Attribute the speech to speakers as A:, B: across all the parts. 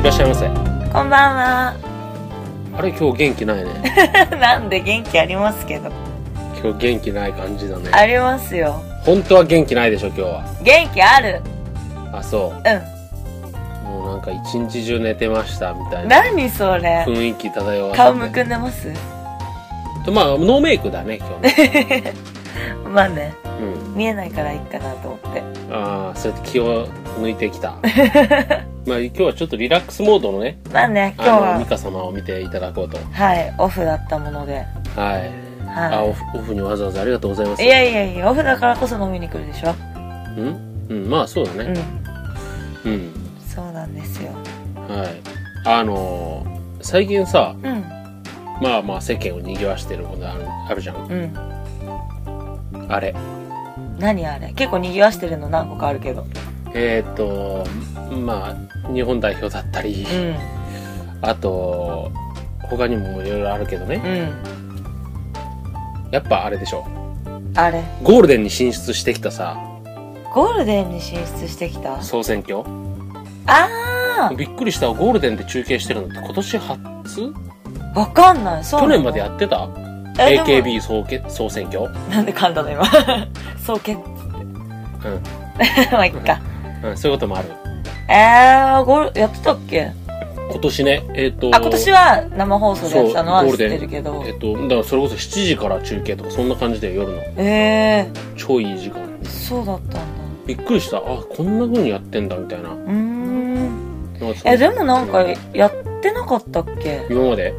A: いらっしゃいませ
B: こんばんは。
A: あれ今日元気ないね
B: なんで元気ありますけど。
A: 今日元気ない感じだね
B: ありますよ。
A: 本当は元気ないでしょ今日は
B: 元気ある。
A: あそううもうなんか一日中寝てましたみたい
B: ん。
A: な
B: 何それ。
A: 雰囲気漂わせて
B: 顔むくんでます
A: まあノーメイクだね今日ね
B: まあね、
A: うん
B: 見えないからいいかなと思って。
A: ああそうやって気を抜いてき たまあ今日はちょっとリラックスモードのね
B: まあね、今日
A: あの美
B: は、
A: 香様を見ていただこうと
B: はい、オフだったもので。
A: はい、あオ
B: は
A: フオフにわざわざありがとうございま
B: い。
A: す
B: いやいやいや、オフだからこそ飲みに来るでしょ。
A: うん、うん、まあそうだ
B: う
A: ね
B: ん。
A: うん、
B: そうなんですよ。
A: はいあのー最近さ
B: うん。
A: まあまあ世間を賑わしてることあるあるじゃん
B: うん。
A: あれ
B: 何あれ結構賑わしてるの何個かあるけど。
A: えっ、とまあ日本代表だったり、
B: うん。
A: あと他にもいろいろあるけどね
B: う
A: やっぱあれでしょ
B: ん。あれ
A: ゴールデンに進出してきたさ
B: ゴールデンに進出してきた
A: 総選挙
B: あ
A: びっくりしたゴールデンで中継してるのって今年初
B: ーわかんない。そう
A: 去
B: なの
A: 年までやってた
B: えでも
A: AKB 総け総選挙
B: なんで噛んだの 今。そうけっ
A: う
B: まあいっか。
A: ん、うん、そういうこともある
B: えー、ゴール、やってたっけあ、
A: 今年ねえっ、と
B: 今年は生放送でやってたのは
A: そう
B: 知
A: ゴ
B: っ
A: ールデン
B: てるけど
A: え。っ、とだからそれこそ7時から中継とかそんな感じで夜の
B: え
A: 超いい時間
B: ー、そうだったんだ。
A: びっくりしたあこんな風にやってんだみたいな
B: うーん。
A: なんかそう
B: え、でもなんか、やってなかったっけ
A: 今まで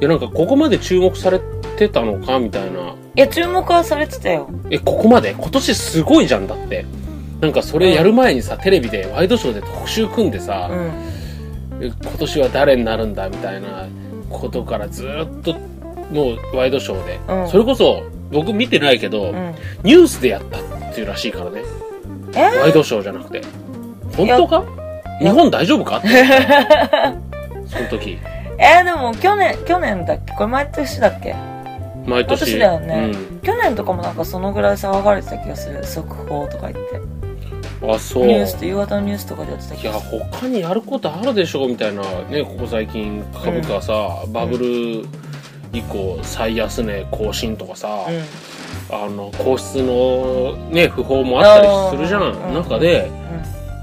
A: いやなんかここまで注目されてたのかみたいない
B: や、注目はされてたよ。
A: えここまで今年すごいじゃんだってなんかそれやる前にさテレビでワイドショーで特集組んでさ、
B: うん。
A: え今年は誰になるんだみたいなことからずっともうワイドショーで、
B: うん
A: それこそ僕見てないけど、
B: うん。
A: ニュースでやったっていうらしいからね
B: え
A: ワイドショーじゃなくて本当か
B: いや
A: 日本大丈夫 かって思ったその時
B: えー、でも去年、去年だっけこれ毎年だっけ
A: 毎年
B: 今年だよね
A: うん
B: 去年とかもなんかそのぐらい騒がれてた気がする。速報とか言って。
A: あそう
B: ニュースと夕方のニュースとかでやってた
A: い
B: 気
A: や
B: がする。
A: 他にやることあるでしょみたいなねここ最近株価さ、バブル以降最安値更新とかさ、
B: うん。
A: あの皇室のね不法もあったりするじゃ
B: あーうん
A: ん中で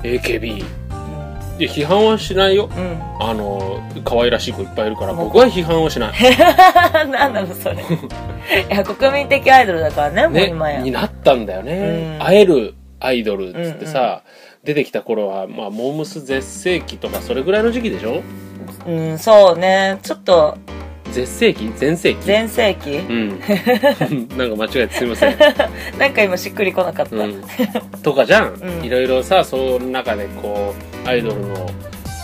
A: AKB で批判はしないよ
B: うん。うん。
A: あの可愛らしい子いっぱいいるから
B: もう
A: 僕は批判はしない
B: なんなの それいや国民的アイドルだからねもう
A: ね
B: 今や、
A: になったんだよね、
B: うん
A: 会えるアイドルっつってさ、出てきた頃はまあモームス絶世紀とかそれぐらいの時期でしょ
B: うんそうねちょっと
A: 絶世紀全盛期
B: 全盛期
A: うん。 なんか間違えてすいません。
B: なんか今しっくりこなかった、う
A: うんん、とかじゃん、
B: うん
A: いろいろさ、その中でこう、アイドルの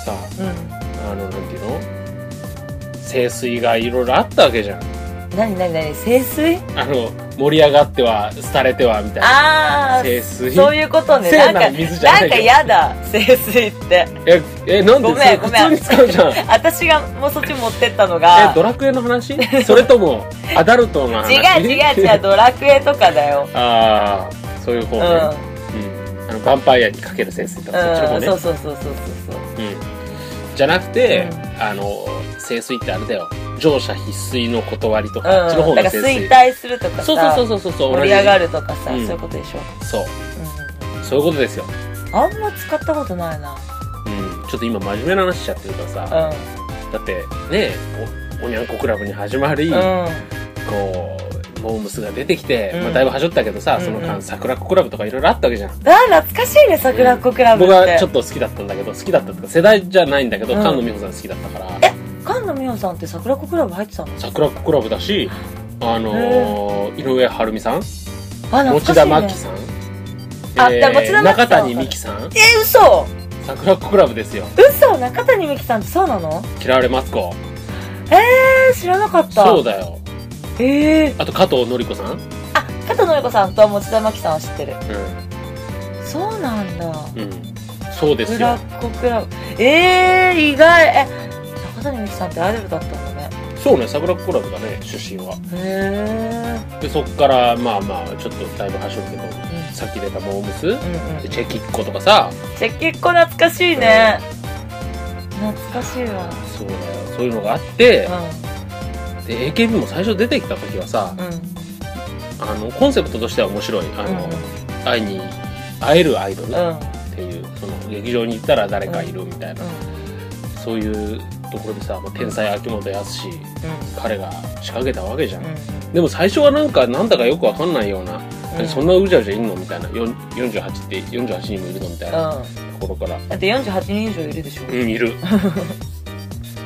A: さ、あの、なんていうの清水がいろいろあったわけじゃん。
B: 何何何清水
A: あの、盛り上がっては、廃れては、みたいな。
B: ああ
A: 清水
B: そういうことね
A: 清な
B: な
A: んん
B: か
A: か水じゃない
B: なんか嫌だ清水って
A: え、え、なんで
B: ごめん
A: それ
B: ごめん
A: 普通に使うじゃん。
B: 私がもうそっち持ってったの
A: え、
B: が
A: ドラクエの 話それとも、アダルトの話
B: 違う 違う違う。ドラクエとかだよ
A: ああ、そういう方
B: うん、
A: ね。うん。あの、ヴァンパイアにかける清水とか、そっちの方
B: うん、
A: ね。
B: そうそうそうそうそう
A: うん、じゃなくて、
B: う
A: あの清水ってあれだよ乗車必須の断りと
B: そう
A: か、あっちの
B: う
A: 方
B: ん、な
A: の
B: んか
A: 清
B: 衰
A: 水
B: 退するとかさ
A: そうそうそうそうそう
B: 盛り上が
A: る
B: るとかさ、
A: うん
B: そういうことでしょ、
A: そう
B: うん
A: そういうことですよ、
B: あんま使ったことないな。
A: うん、ちょっと今真面目な話しちゃってるからさ、
B: う
A: だってねおおにゃんこクラブに始まり、
B: ん。うん。
A: こうモームスが出てきて、
B: うん
A: まあ、だいぶはしょったけどさ、その
B: うんう
A: 間
B: ん
A: 桜子クラブとかいろいろあったわけじゃん
B: あ、懐かしいね、桜っ子クラブっ
A: 僕
B: て。
A: はちょっと好きだったんだけど好きだったっていうか世代じゃないんだけど、
B: うん
A: 菅野美穂さん好きだったから
B: 菅野美穂さんって桜っ子クラブ入ってたの
A: 桜子クラブだしあのー井上晴美さん
B: あ、懐
A: 持
B: かしい
A: 田
B: ね。
A: 真希さん、
B: あだから持田真希さん
A: 中谷美紀さん
B: え、嘘
A: 桜子クラブですよ
B: 嘘中谷美紀さんってそうなの
A: 嫌われます子
B: えー、知らなかった。
A: そうだよ
B: えー。
A: あと加藤紀子さん、うん
B: あ、加藤のり子さんと持田真希さんは知ってる。そうなんだ。
A: うん、そうです
B: 桜
A: よ
B: っ子クラブ。えー、意外。え、中谷美紀さんってアイドルだったんだね。
A: そうね桜子クラブだね出身は
B: へ
A: でそっからまあまあちょっとだいぶ走るけど
B: ー。うん
A: さっき出たモームス
B: うんうん
A: でチェキッコとかさ
B: じゃあ結構懐かしいね。懐かしいわ
A: そうだよそういうのがあって、
B: う
A: で AKB も最初出てきた時はさ、
B: んうん
A: あのコンセプトとしては面白いあの、
B: うん
A: 会いに会えるアイドル
B: うん
A: っていう、その劇場に行ったら誰かいるみたいな、そういうところでさもう天才秋元康彼が仕掛けたわけじゃん、でも最初はなんかなんだかよくわかんないような、
B: うん
A: そんなうじゃうじゃいんのみたいなよん48って48人もいるのみたいな
B: うん
A: ところから
B: だって48人以上いるでしょ
A: うんいる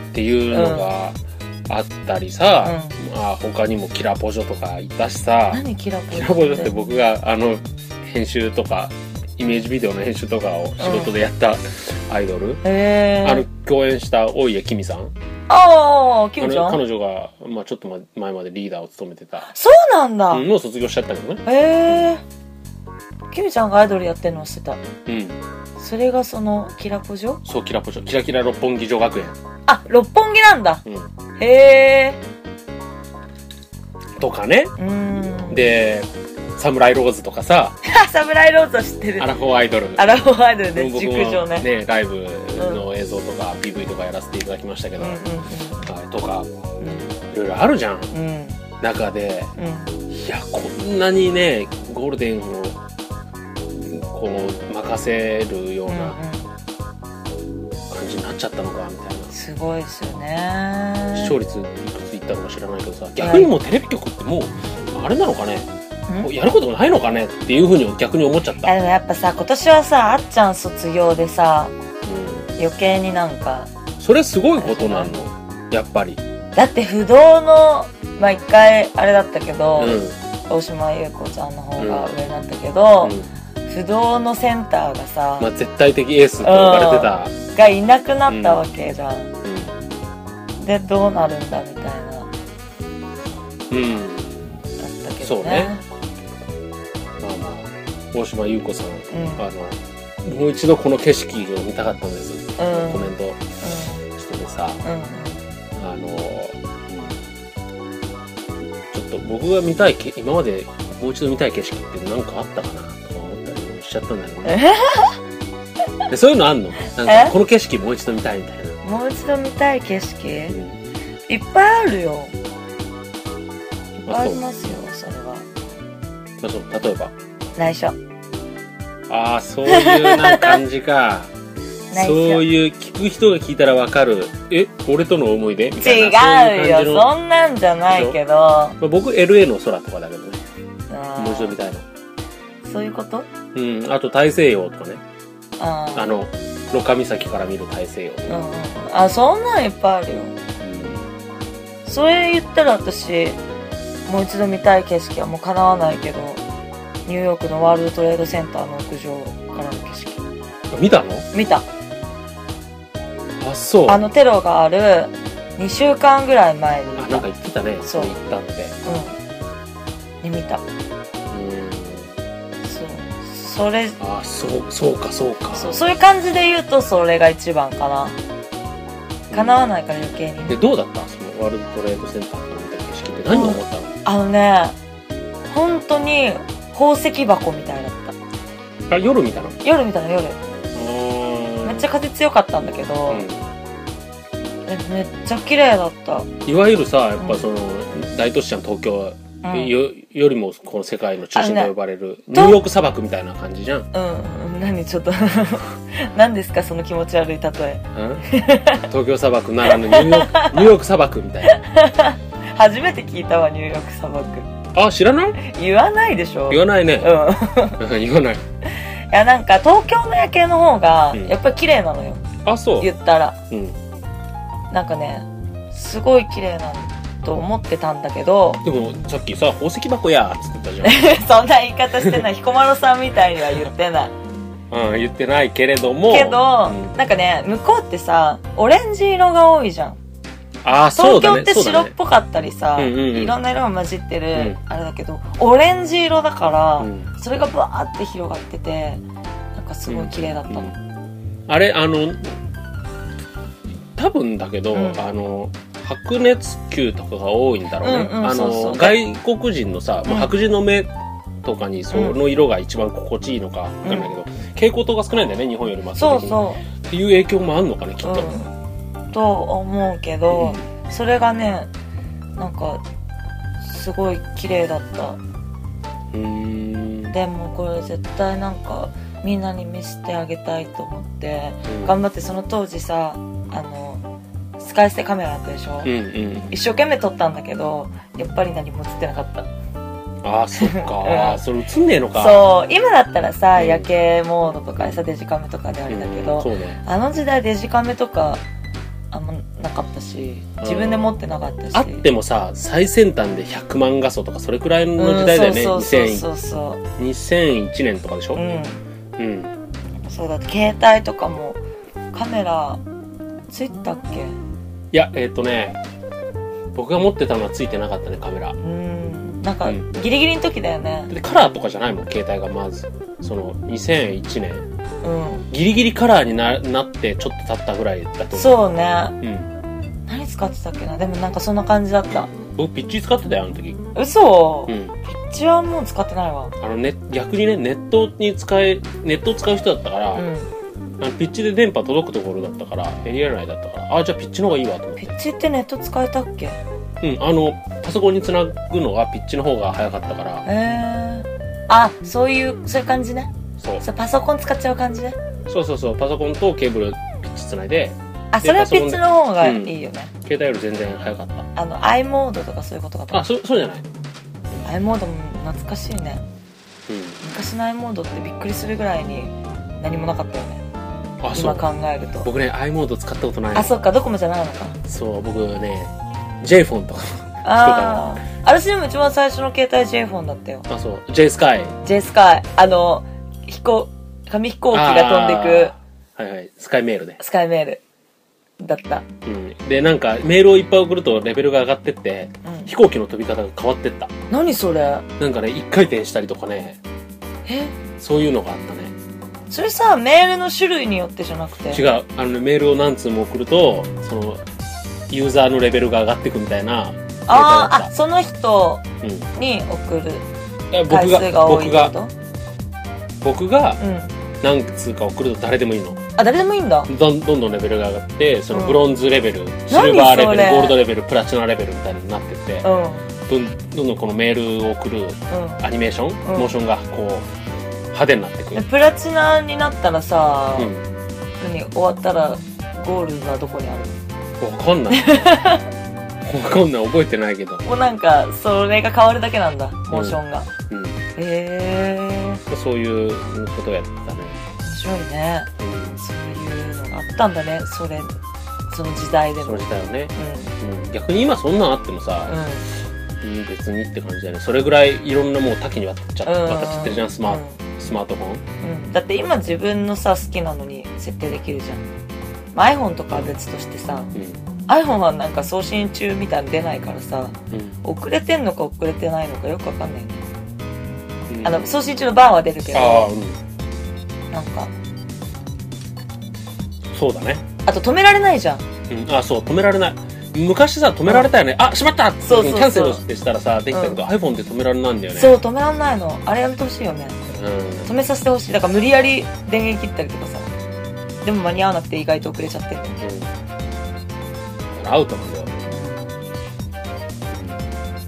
A: っていうのがあったりさ、まあ、他にもキラポジョとかいたしさ
B: 何キラポ
A: キ
B: ジョ
A: ラポジョって僕があの編集とかイメージビデオの編集とかを仕事でやったアイドル、
B: へ
A: あの
B: え
A: 共演した大家きみさん
B: ああキムちゃ
A: あの
B: ん
A: 彼女が、まあ、ちょっと前までリーダーを務めてた
B: そうなんだ
A: うんもう卒業しちゃったけどね
B: へえキムちゃんがアイドルやってるのを知ってた
A: うん
B: それがそのキラポジョ
A: そうキラポジョキラキラ六本木女学園
B: あ六本木なんだ
A: うん
B: へえ
A: とかね
B: うーん
A: でサムライローズとか さ
B: あ サムライロード知ってる
A: アラフォーアイドル
B: アラフォーアイドルね
A: 僕
B: 熟
A: も
B: 女ね
A: ねライブの映像とか PV とかやらせていただきましたけ
B: う
A: ど、
B: んうん
A: はいとか
B: う
A: いろいろあるじゃん
B: んうん
A: 中で
B: うん
A: いやこんなにねゴールデンをこう任せるよう
B: うん
A: な
B: う
A: 感じになっちゃったのかみたい
B: んすごいですよね
A: な視聴率いくついったのか知らないけどさ逆にもうテレビ局ってもうあれなのかね
B: うん
A: もうやることないのかねっていうふうに逆に思っちゃっ
B: いや
A: た、
B: でもやっぱさ今年はさあっちゃん卒業でさ
A: う
B: 余計になんか
A: ん、それすごいことなのやっぱり
B: だって不動のまあ一回あれだったけど、
A: うん、うん
B: 大島優子ちゃんの方が上だったけど、不動のセンターがさ、
A: まあ、絶対的エースと呼ばれてた、
B: がいなくなったわけじゃん、
A: うん
B: でどうなるんだみたいなだっ
A: うん、
B: たけ
A: そう
B: ど
A: ね
B: ね
A: まあまあ、大島優子さん、
B: うん
A: あの、もう一度この景色を見たかったんです、
B: うん
A: コメントしててさ、
B: うん
A: あの、ちょっと僕が見たいけ、今までもう一度見たい景色って何かあったかなとか思ったりもしちゃったんだけどね。でそういうのあんのなんか
B: え
A: この景色もう一度見たいみたいな。
B: うんもう一度見たい景色
A: う
B: いっ
A: ん
B: ぱいあるよいっぱ
A: まあ
B: いあ
A: そう
B: りますよそれは
A: まあそう例えば。
B: 内緒
A: ああ、そういうなんか感じ か。
B: 内緒
A: そういう聞く人が聞いたらわかる。え、俺との思い出みたいな。
B: 違うよ
A: そういう感じの
B: そんなんじゃないけど
A: まあ、僕 LA の空とかだけどね。
B: あー
A: もう一度見たいの。
B: そういうこと
A: うん。あと大西洋とかね。
B: あー
A: あの、六上岬から見る大西洋と
B: う
A: か。
B: んうんうんあそんなんいっぱいあるよそれ言ったら私もう一度見たい景色はもうかなわないけどニューヨークのワールドトレードセンターの屋上からの景色
A: 見たの
B: 見た
A: あ、そう。
B: あ
A: あ、
B: のテロがある2週間ぐらい前に
A: なんか言ってたね。
B: そう
A: 行ったって。
B: うんに見た
A: うん。
B: そうそれ
A: あ、そう、そうか、そうか。
B: そうそういう感じで言うとそれが一番かなかなわないから余計に
A: で、どうだったそのワールドトレードセンターから見た景色って何を思ったの
B: あのね本当に宝石箱みたいだった
A: あ、夜見たの
B: 夜見たの夜め
A: め
B: っちゃ風強かったんだけど、えめっちゃ綺麗だった、うん
A: いわゆるさやっぱその、大都市じゃん東京、よよりもこの世界の中心と呼ばれる、ニューヨーク砂漠みたいな感じじゃん、うん、
B: うん、何ちょっと 何ですかその気持ち悪い例え
A: 東京砂漠ならぬニューヨークニューヨーク砂漠みたいな
B: 初めて聞いたわニューヨーク砂漠
A: あ知らない
B: 言わないでしょ
A: 言わないね、
B: うん
A: 言わない
B: いやなんか東京の夜景の方が
A: うん
B: やっぱり綺麗なのよ、
A: あそう、
B: 言ったら
A: うん、
B: なんかねすごい綺麗なと思ってたんだけど
A: でもさっきさ宝石箱やっつってたじ
B: そんな言い方してない彦摩呂さんみたいには言ってない
A: ゃん、うん、言ってないけれども
B: けど、
A: うん
B: なんかね向こうってさオレンジ色が多いじゃん
A: あそ
B: 東
A: うだ
B: 京っ
A: ね
B: て
A: そう
B: 白
A: だ
B: っ
A: ね
B: ぽかったりさ、
A: うんうんうん
B: いろんな色が混じってる、
A: うん
B: あれだけどオレンジ色だから、
A: うん
B: それがバーって広がっててなんかすごい綺麗だったの、
A: あれあの多分だけど、
B: うん
A: あの白熱球とかが多いんだろうね、
B: うんうん
A: あの
B: そうそう
A: 外国人のさ、まあ
B: うん
A: 白人の目とかにその色が一番心地いいのかわかんないけど、蛍光灯が少ないんだよね日本よりも圧倒
B: そう
A: 的に
B: そ
A: っていう影響もあんのかねきっ
B: う、う
A: と、
B: ん、と思うけど、それがねなんかすごい綺麗だった
A: うん
B: でもこれ絶対なんかみんなに見せてあげたいと思って
A: うん
B: 頑張ってその当時さあの使い捨てカメラあったでしょ、
A: うんうん
B: 一生懸命撮ったんだけどやっぱり何も映ってなかった
A: ああそっか、
B: うん
A: それ映んねえのか
B: そう今だったらさ、
A: うん
B: 夜景モードとかさデジカメとかであれだけど、
A: うんそうね
B: あの時代デジカメとかあんまなかったし自分で持ってなかったし、
A: あってもさ最先端で100万画素とかそれくらいの時代だよね、
B: うん、そう
A: 2000
B: そうそうそ
A: 2001年とかでしょ
B: ううん
A: うん
B: そうだって携帯とかもカメラついたっけ
A: いやえっ、とね僕が持ってたのはついてなかったねカメラ
B: うんなんか
A: うん
B: ギリギリの時だよね
A: でカラーとかじゃないもん携帯がまずその2001年
B: うん
A: ギリギリカラーにななってちょっと経ったぐらいだと思う
B: そうね
A: うん
B: 何使ってたっけなでもなんかそんな感じだった
A: 僕ピッチ使ってたよあの時
B: 嘘、
A: う
B: うんちはもう使ってないわ
A: あのね逆にねネットに使えネットを使う人だったから、
B: うん
A: あのピッチで電波届くところだったからエリア内だったからあじゃあピッチの方がいいわと思っ
B: ピ
A: て
B: ッチってネット使えたっけ
A: うんあのパソコンにつなぐのがピッチの方が早かったから
B: へえあそういうそういう感じね
A: そう
B: そうパソコン使っちゃう感じね
A: そうそうそうパソコンとケーブルピッチつないで
B: あそれはピッチの方が
A: うん
B: いいよね、
A: 携帯より全然早かった
B: あの i モードとかそういうことかと
A: あ、そう、そうじゃない。
B: i モードも懐かしいね
A: う
B: 昔の i モードってびっくりするぐらいに何もなかったよね
A: ん。あ、そ
B: 今
A: う。
B: 考えると
A: 僕ね、i モード使ったことないの
B: あそっかドコモじゃないのか
A: そう、僕ね、j フォンとか。
B: ああ私でも一番最初の携帯 J フォンだったよ
A: あ、そう。j スカイ。
B: J スカイあの飛行紙飛行機が飛んで
A: く。はいはい。スカイメールで
B: く。スカイメールだった
A: うん。で、なんか、メールをいっぱい送るとレベルが上がってって、
B: うん
A: 飛行機の飛び方が変わってった。
B: 何それ
A: なんかね、一回転したりとかね、
B: え
A: そういうのがあったね。
B: それさメールの種類によってじゃなくて
A: 違う。あのね、メールを何通も送ると、その、ユーザーのレベルが上がっていくみたいな。
B: あー
A: データだ
B: あ
A: っ
B: その人
A: たうんい
B: に送る
A: や。僕
B: 回数
A: が、
B: が多
A: 僕
B: いって
A: が
B: こ、と
A: 僕が
B: うん
A: 何通か送ると誰でもいいの。
B: あ誰でもいいんだ
A: どんどんどんレベルが上がってその
B: うん
A: ブロンズレベル、シルバーレベ
B: それ
A: ルゴールドレベルプラチナレベルみたいになってって
B: うんうん
A: どんどんどんこのメールを送るアニメーション、
B: うん
A: モーションがこう派手になってく
B: で
A: る、
B: プラチナになったらさ、
A: うん、
B: 何終わったらゴールドはどこにある
A: わかん ないわかんない覚えてないけど、
B: もうなんかそれが変わるだけなんだモーションが、
A: うん、
B: へえ
A: そういうことをやってたね、
B: 面白いね
A: う
B: そういうのがあったんだねそれその時代で
A: ん、そ
B: も
A: の
B: うんう
A: 時代はね、うん、逆に今そんなんあってもさ、
B: ん
A: うん、別にって感じだよねそれぐらいいろんなもう多岐にわたっちゃ
B: うん
A: 渡っちゃってるじゃんスマ,、スマートフォン
B: うんうんだって今自分のさ好きなのに設定できるじゃん、まあ iPhone とかは別としてさ iPhone はなんか送信中みたいに出ないからさ
A: うん、うん
B: 遅れてんのか遅れてないのかよくわかんないね
A: うん
B: あの送信中のバーは出るけど
A: ああうん
B: なんか
A: そうだね。
B: あと止められないじゃん
A: うん、あ、そう、止められない。昔さ、止められたよね。あ、しまったって
B: そうそうそう
A: キャンセルってしたらさ、できたけど、iPhone って止められないんだよね。
B: そう止めらんないのあれやめてほしいよね
A: う
B: 止めさせてほしいだから無理やり電源切ったりとかさでも間に合わなくて意外と遅れちゃってる
A: ん。うん。だからアウトなんだよ。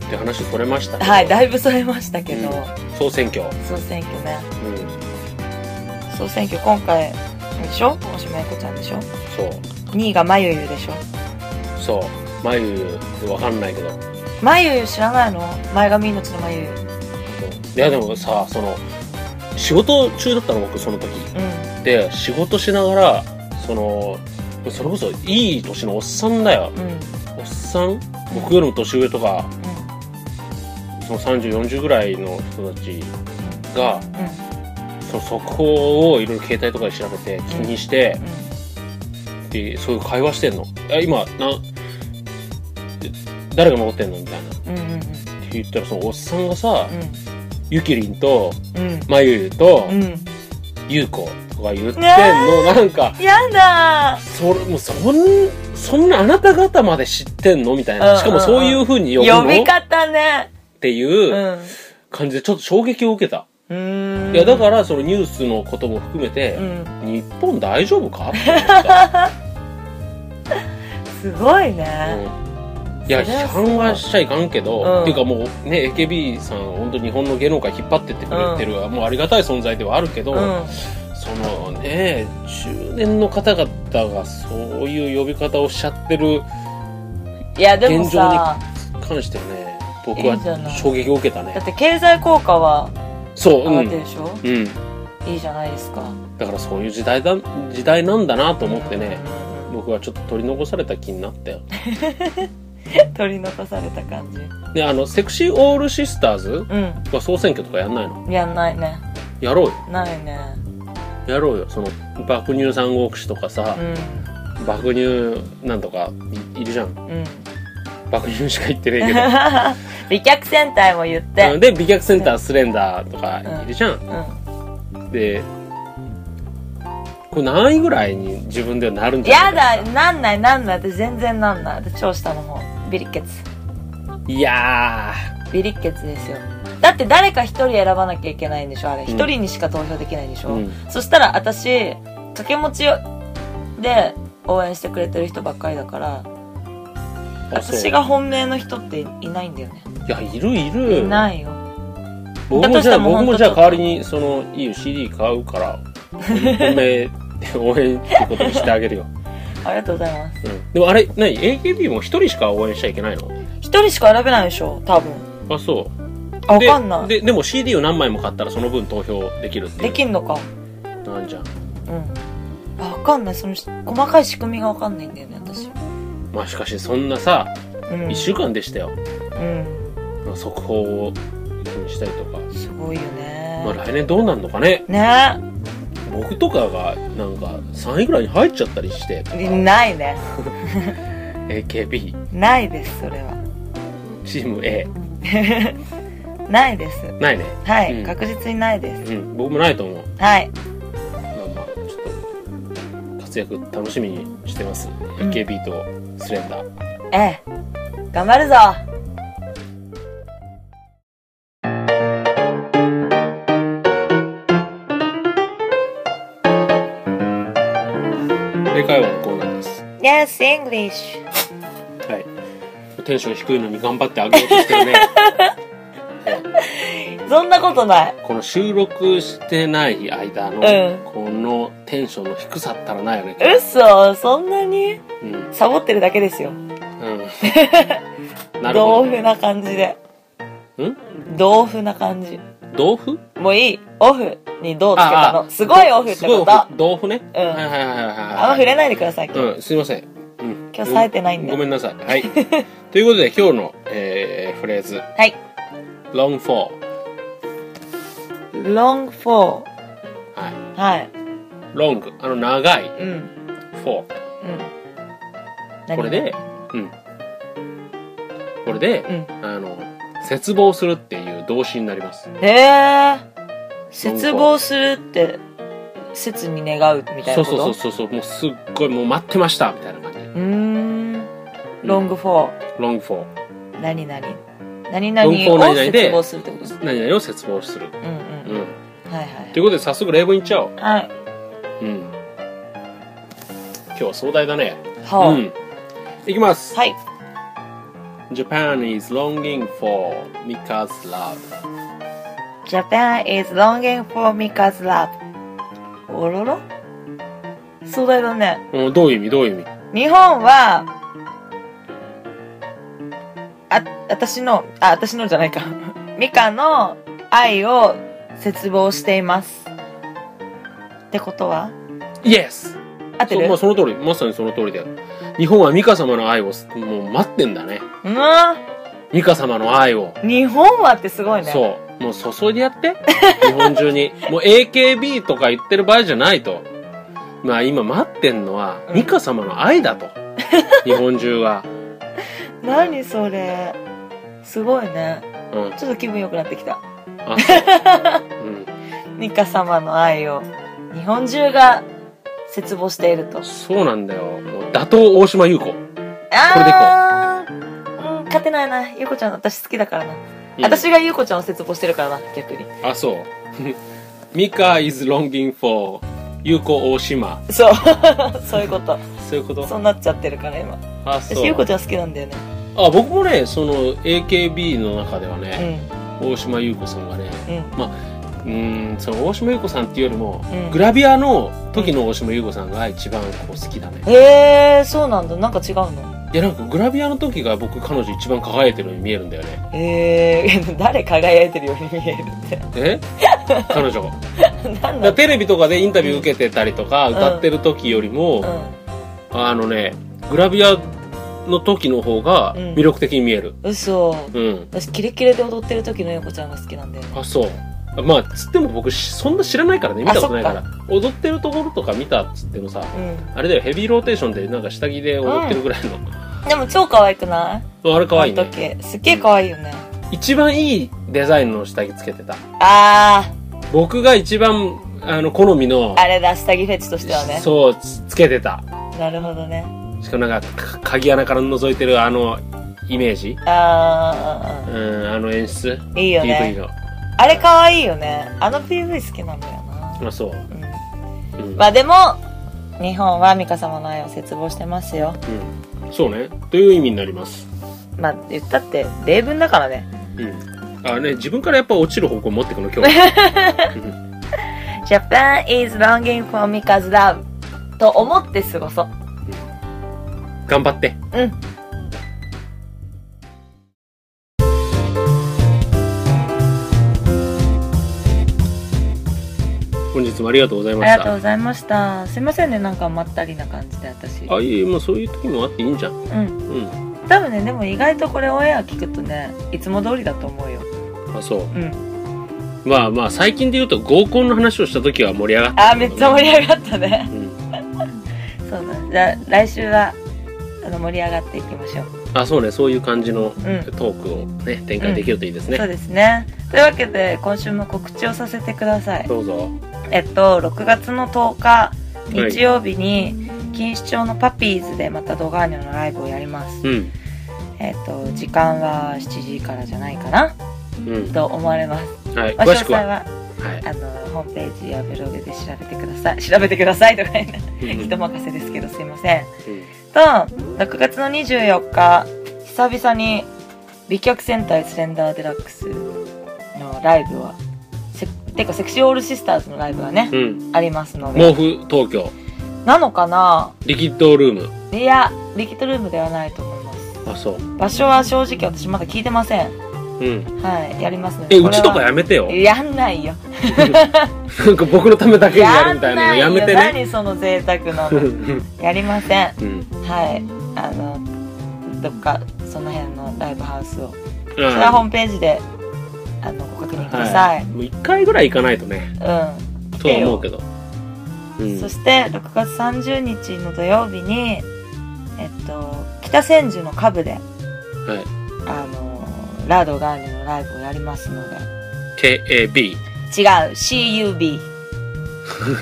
A: って話それましたね。
B: はいだいぶそれましたけど、
A: うん総選挙。
B: 総選挙ね
A: うん。
B: 総選挙今回でしょ大島優子ちゃんでしょ
A: そう。
B: 2位がまゆゆでしょ
A: そう。眉わかんないけど。
B: まゆゆ知らないの前髪命のまゆゆうん
A: いや、でもさ、その、仕事中だったの、僕、その時。で、仕事しながら、その、それこそいい年のおっさんだよ。
B: うんうん
A: おっさん僕よりも年上とかその3040ぐらいの人たちが
B: う
A: その速報をいろいろ携帯とかで調べて気にして、
B: んうん
A: でそういう会話してんの「あ今なえ誰が残ってんの?」みたいなっ
B: うんうんうん
A: て言ったらそのおっさんがさ、
B: う
A: ゆきりんと
B: ん
A: まゆゆと
B: うんうん
A: ゆうことか言ってんの、
B: ねえ
A: なんか
B: やだー
A: それもうそんそんなあなた方まで知ってんのみたいな、
B: うん
A: しかもそういうふうに呼ぶ
B: 呼
A: の
B: び
A: っ
B: 方ね
A: て
B: うん
A: いう
B: う
A: 感じでちょっと衝撃を受けた。
B: ーん
A: いやだからそのニュースのことも含めて
B: う、ん
A: 日本大丈夫かって思った
B: すごいね、
A: うんいや
B: それは
A: 批
B: すごい
A: 判はしちゃいかんけど、
B: うん
A: っていうかもうね AKB さん本当日本の芸能界引っ張ってってくれてる、もうありがたい存在ではあるけど、
B: うん
A: そのね中年の方々がそういう呼び方をしちゃってる
B: いやでもさ
A: 関してはね僕
B: いいんじゃな
A: はい衝撃を受けたね
B: だって経済効果は
A: そう、
B: 上が
A: う
B: ってる
A: ん
B: でしょ、
A: うん、
B: いいじゃないですか
A: だからそういう時代だ時代なんだなと思ってね僕はちょっと取り残された気になったよ
B: 取り残された感じう
A: であのセクシーオールシスターズ
B: ん
A: は総選挙とかやんないの
B: やんないね
A: やろうよ
B: ないね
A: やろうよその爆乳三国志とかさ
B: う、ん
A: 爆乳なんとかいいるじゃん
B: うん
A: 爆乳しか言ってねえけ
B: 美脚戦隊も言 って
A: どうんで美脚センタースレンダーとかいるじゃん、
B: うん
A: でこれ何位ぐらいに自分ではなるんじゃ
B: や
A: ない
B: だ
A: かな
B: なんないなんない私全然なんない私超下の方ビリケツ
A: いや
B: ビリケツですよだって誰か一人選ばなきゃいけないんでしょあれ
A: ん
B: 一、人にしか投票できないんでし
A: ー
B: ょ、
A: うん
B: そしたら私掛け持ちで応援してくれてる人ばっかりだから
A: あそう
B: 私が本命の人っていないんだよね、
A: いやいるいる
B: いないよ
A: 僕
B: だ
A: も
B: とし
A: じ
B: た
A: ゃ
B: ら
A: あ
B: もう
A: 僕
B: ほん
A: も
B: と
A: じゃあ代わりにそのいいよ CD 買うから本命で応援ってことにしてあげるよ、
B: ありがとうございます
A: うん、でもあれ何 AKB も一人しか応援しちゃいけないの
B: 一人しか選べないでしょ多分
A: あそ
B: あ
A: う
B: わ
A: で
B: かんないで
A: ででも CD を何枚も買ったらその分投票できるっていう
B: きんのか
A: なんじゃん
B: うんあわかんないその細かい仕組みがわかんないんだよね私
A: まあしかしそんなさ
B: うん
A: 1週間でしたよ
B: うん
A: 速報をしたりとか、
B: すごいよね
A: まあ、来年どうなるのかね
B: ね
A: 僕とかがなんか3位ぐらいに入っちゃったりして
B: ないね
A: AKB
B: ないですそれは
A: チーム A
B: ないです
A: ないね
B: はい、
A: うん
B: 確実にないです
A: うん僕もないと思う
B: はい
A: まあまあちょっと活躍楽しみにしてます、
B: ん
A: AKB とスレンダー
B: ええ頑張るぞ
A: 英会話のコーナーです
B: Yes English
A: はいテンション低いのに頑張ってあげようとしてる ねはい
B: そんなことない
A: この収録してない間の、
B: うん
A: このテンションの低さったらないよね
B: うっそそんなに
A: うん、 うん
B: サボってるだけですよ
A: なるほ
B: 豆腐な感じで
A: どん
B: 豆腐な感じ
A: 豆腐
B: もういいオフにどうつけた
A: あ
B: の
A: あ
B: すごいオフって
A: すごい
B: こ
A: オ
B: とあ
A: フ豆腐ね、
B: うん
A: はいはいはいはい
B: んま
A: は
B: 触れ
A: い
B: ないでください今日
A: うんすいません、うん、
B: 今日冴えてないんで
A: ごめんなさいはい ということで今日の、えーフレーズ
B: はい
A: 「long for」
B: Long for
A: はい
B: はい
A: 「long」あの長い
B: うんうん
A: 「for」
B: 何
A: これでうんこれで、
B: うん
A: あの絶望するっていう動詞になります
B: へえ絶望するって切に願うみたい
A: そ
B: なこと
A: うそうそうそうもうすっごいもう待ってましたみたいな感じ
B: うーんロングフォー、
A: long for
B: 何々何
A: ロングフォー
B: 々を
A: 何々で
B: 絶望するってことです
A: 何々を絶望する
B: うん
A: う、ん
B: うんはい
A: ということで早速例文いっちゃおう
B: はいはい
A: うん今日は壮大だね
B: はあ、
A: うんいきます
B: はい
A: Japan is longing for Mika's love
B: Japan is longing for Mika's love おろろ壮大だね
A: うんどういう意味どういう意味
B: 日本はあ私のあ私のじゃないか ミカの愛を絶望していますってことは
A: Yes
B: 合って
A: そ,、
B: る
A: まあ、
B: う
A: その通りまさにその通りだよ日本は美香様の愛をもう待ってんだね
B: ん
A: 美香様の愛を、
B: 日本はってすごいね
A: そうもう注いでやって日本中に もう AKB とか言ってる場合じゃないとまあ今待ってんのは
B: うん
A: 美香様の愛だと日本中が
B: 何それすごいね
A: うん
B: ちょっと気分良くなってきた
A: あそう、うん、
B: ミカ様の愛を日本中が絶望していると
A: そうなんだよもう打倒大島優子、
B: あーうん勝てないなゆうこちゃん私好きだからな
A: うん
B: 私がゆうこちゃんを絶望してるからな逆に
A: あそう ミカ is longing for 優子大島
B: そうそういうこと
A: そういうこと
B: そうなっちゃってるから今
A: あ
B: 私
A: そ
B: 優子
A: う
B: ちゃん好きなんだよね
A: あ僕もねその AKB の中では
B: う
A: ね、
B: ん
A: 大島優子さんがね
B: うん
A: うーんその大島優子さんっていうよりも、
B: うん
A: グラビアの時の大島優子さんが一番こう好きだね、
B: へえそうなんだなんか違うの
A: いやなんかグラビアの時が僕彼女一番輝いてるように見えるんだよね
B: えー、 誰輝いてるように見えるって
A: え彼女がだか
B: なんだ
A: らテレビとかでインタビュー受けてたりとか、
B: ん
A: 歌ってる時よりも、
B: う
A: あのねグラビアの時の方が
B: うん
A: 魅力的に見える
B: ん嘘
A: うん、
B: 私キレキレで踊ってる時の優子ちゃんが好きなんだよね
A: あそうまあつっても僕しそんな知らないからね見たことないから
B: あ
A: 踊ってるところとか見たっつってもさ
B: うん
A: あれだよヘビーローテーションでなんか下着で踊ってるぐらいの、
B: でも超可愛くない
A: あれ可愛いね
B: あの時すっげえ可愛いよね
A: 一番いいデザインの下着つけてた
B: あ
A: 僕が一番あの好みの
B: ああれだ下着フェチとしてはね
A: そうつつけてた
B: なるほどね
A: しかもなんかか鍵穴から覗いてるあのイメージ
B: あ
A: う
B: ー
A: んあの演出
B: うんうんいいよ
A: PV
B: ね
A: の
B: あれ可愛いよねあの PV 好きなんだよな
A: まあそう、
B: うん
A: うん
B: まあでも日本は美香様の愛を絶望してますよ
A: うんそうねという意味になります
B: まあ言ったって例文だからね
A: うんあね自分からやっぱ落ちる方向持ってくの今 日うん
B: Japan is longing for Mika's love と思って過ごそう
A: 頑張って
B: うん
A: 本日もありがとうござい
B: あ
A: ま
B: り
A: し
B: がとう
A: た
B: ございましたすいませんねなんかまったりな感じで私
A: あいえもうそういう時もあっていいんじゃん
B: うん
A: うん
B: 多分ねでも意外とこれオンエア聞くとねいつも通りだと思うよ
A: あそう
B: うん
A: まあまあ最近で言うと合コンの話をした時は盛り上がった
B: あーめっちゃ盛り上がったね
A: り、うん
B: そうだじゃあ来週はあの盛り上がっていきましょう
A: あそうねそういう感じの
B: うん
A: トークをね展開できるといいですね、
B: そうですねというわけで今週も告知をさせてください
A: どうぞ
B: えっと6月の10日
A: い
B: 日曜日に錦糸町のパピーズでまたドガーニョのライブをやります
A: うん
B: えっと時間は7時からじゃないかな
A: うん
B: と思われます
A: はい
B: まあ詳
A: 詳しくは、
B: 細は
A: はい
B: あのホームページやブログで調べてください調べてくださいとか言うな
A: うん
B: 人任せですけどすいません
A: うん
B: と6月の24日久々に美脚戦隊スレンダーデラックスのライブはせてかセクシーオールシスターズのライブがね、
A: うん
B: ありますので
A: 毛布東京
B: なのかな
A: リキッドルーム
B: いやリキッドルームではないと思います
A: あそう
B: 場所は正直私まだ聞いてません
A: うん
B: はいやりますので
A: え
B: こ
A: う
B: れは
A: ちとかやめてよ
B: やんないよ
A: なんか僕のためだけにやるみたいなのや
B: んな
A: め
B: いよ
A: てね
B: 何その贅沢な
A: う
B: の
A: ん
B: やりません
A: うん
B: はいあのどっかその辺のライブハウスを
A: うん
B: それはホームページであのご確認くださ
A: はい
B: い、
A: もう1回ぐらい行かないとねとは思うけどう
B: うんんそして6月30日の土曜日にえっと北千住の下部で
A: はい
B: あのラードガーニのライブをやりますので
A: KAB
B: 違う CUB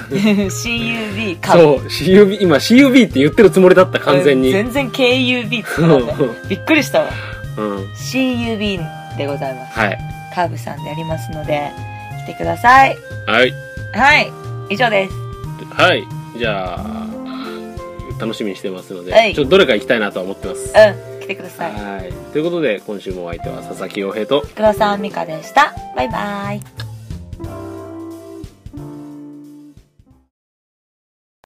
B: CUB 下部
A: そう CUB 今 CUB って言ってるつもりだった完全に
B: 全然 KUB って
A: う
B: 言
A: ん
B: ってたねびっくりしたわ
A: うん
B: CUB でございます
A: はい
B: カーブさんでやりますので来てください
A: はい
B: はい以上です
A: はいじゃあ楽しみにしてますので、
B: はい
A: ちょっとどれか行きたいなとは思ってます、
B: うん来てください
A: はいということで今週もお相手は佐々木陽平と
B: 黒沢美香でしたバイバイ